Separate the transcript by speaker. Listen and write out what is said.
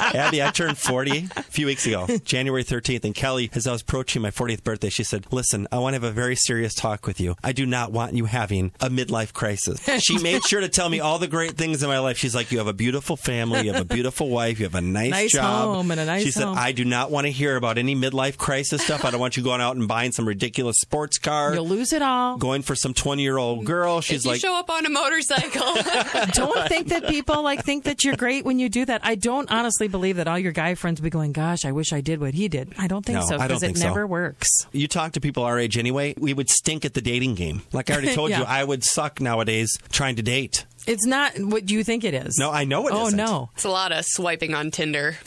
Speaker 1: Abby, I turned 40 a few weeks ago, January 13th. And Kelly, as I was approaching my 40th birthday, she said, Listen, I want to have a very serious talk with you. I do not want you having a midlife crisis. She made sure to tell me all the great things in my life. She's like, You have a beautiful family, you have a beautiful wife, you have a nice,
Speaker 2: Nice
Speaker 1: job.
Speaker 2: home and a nice
Speaker 1: She said,
Speaker 2: home.
Speaker 1: I do not want to hear about any midlife crisis stuff. I don't want you going out and buying some ridiculous sports car.
Speaker 2: You'll lose it all.
Speaker 1: Going for some 20 year old girl. She's
Speaker 3: you
Speaker 1: like,
Speaker 3: show up on a motorcycle.
Speaker 2: don't think that people like think that you're great when you do that. I don't honestly believe that all your guy friends be going, "Gosh, I wish I did what he did." I don't think
Speaker 1: No,
Speaker 2: so
Speaker 1: I don't
Speaker 2: because it
Speaker 1: think so.
Speaker 2: never works.
Speaker 1: you talk to people our age anyway, we would stink at the dating game. Like I already told
Speaker 2: Yeah.
Speaker 1: you, I would suck nowadays trying to date.
Speaker 2: It's not what you think it is.
Speaker 1: No, I know it
Speaker 2: Oh
Speaker 1: isn't.
Speaker 2: no.
Speaker 3: it's a lot of swiping on Tinder.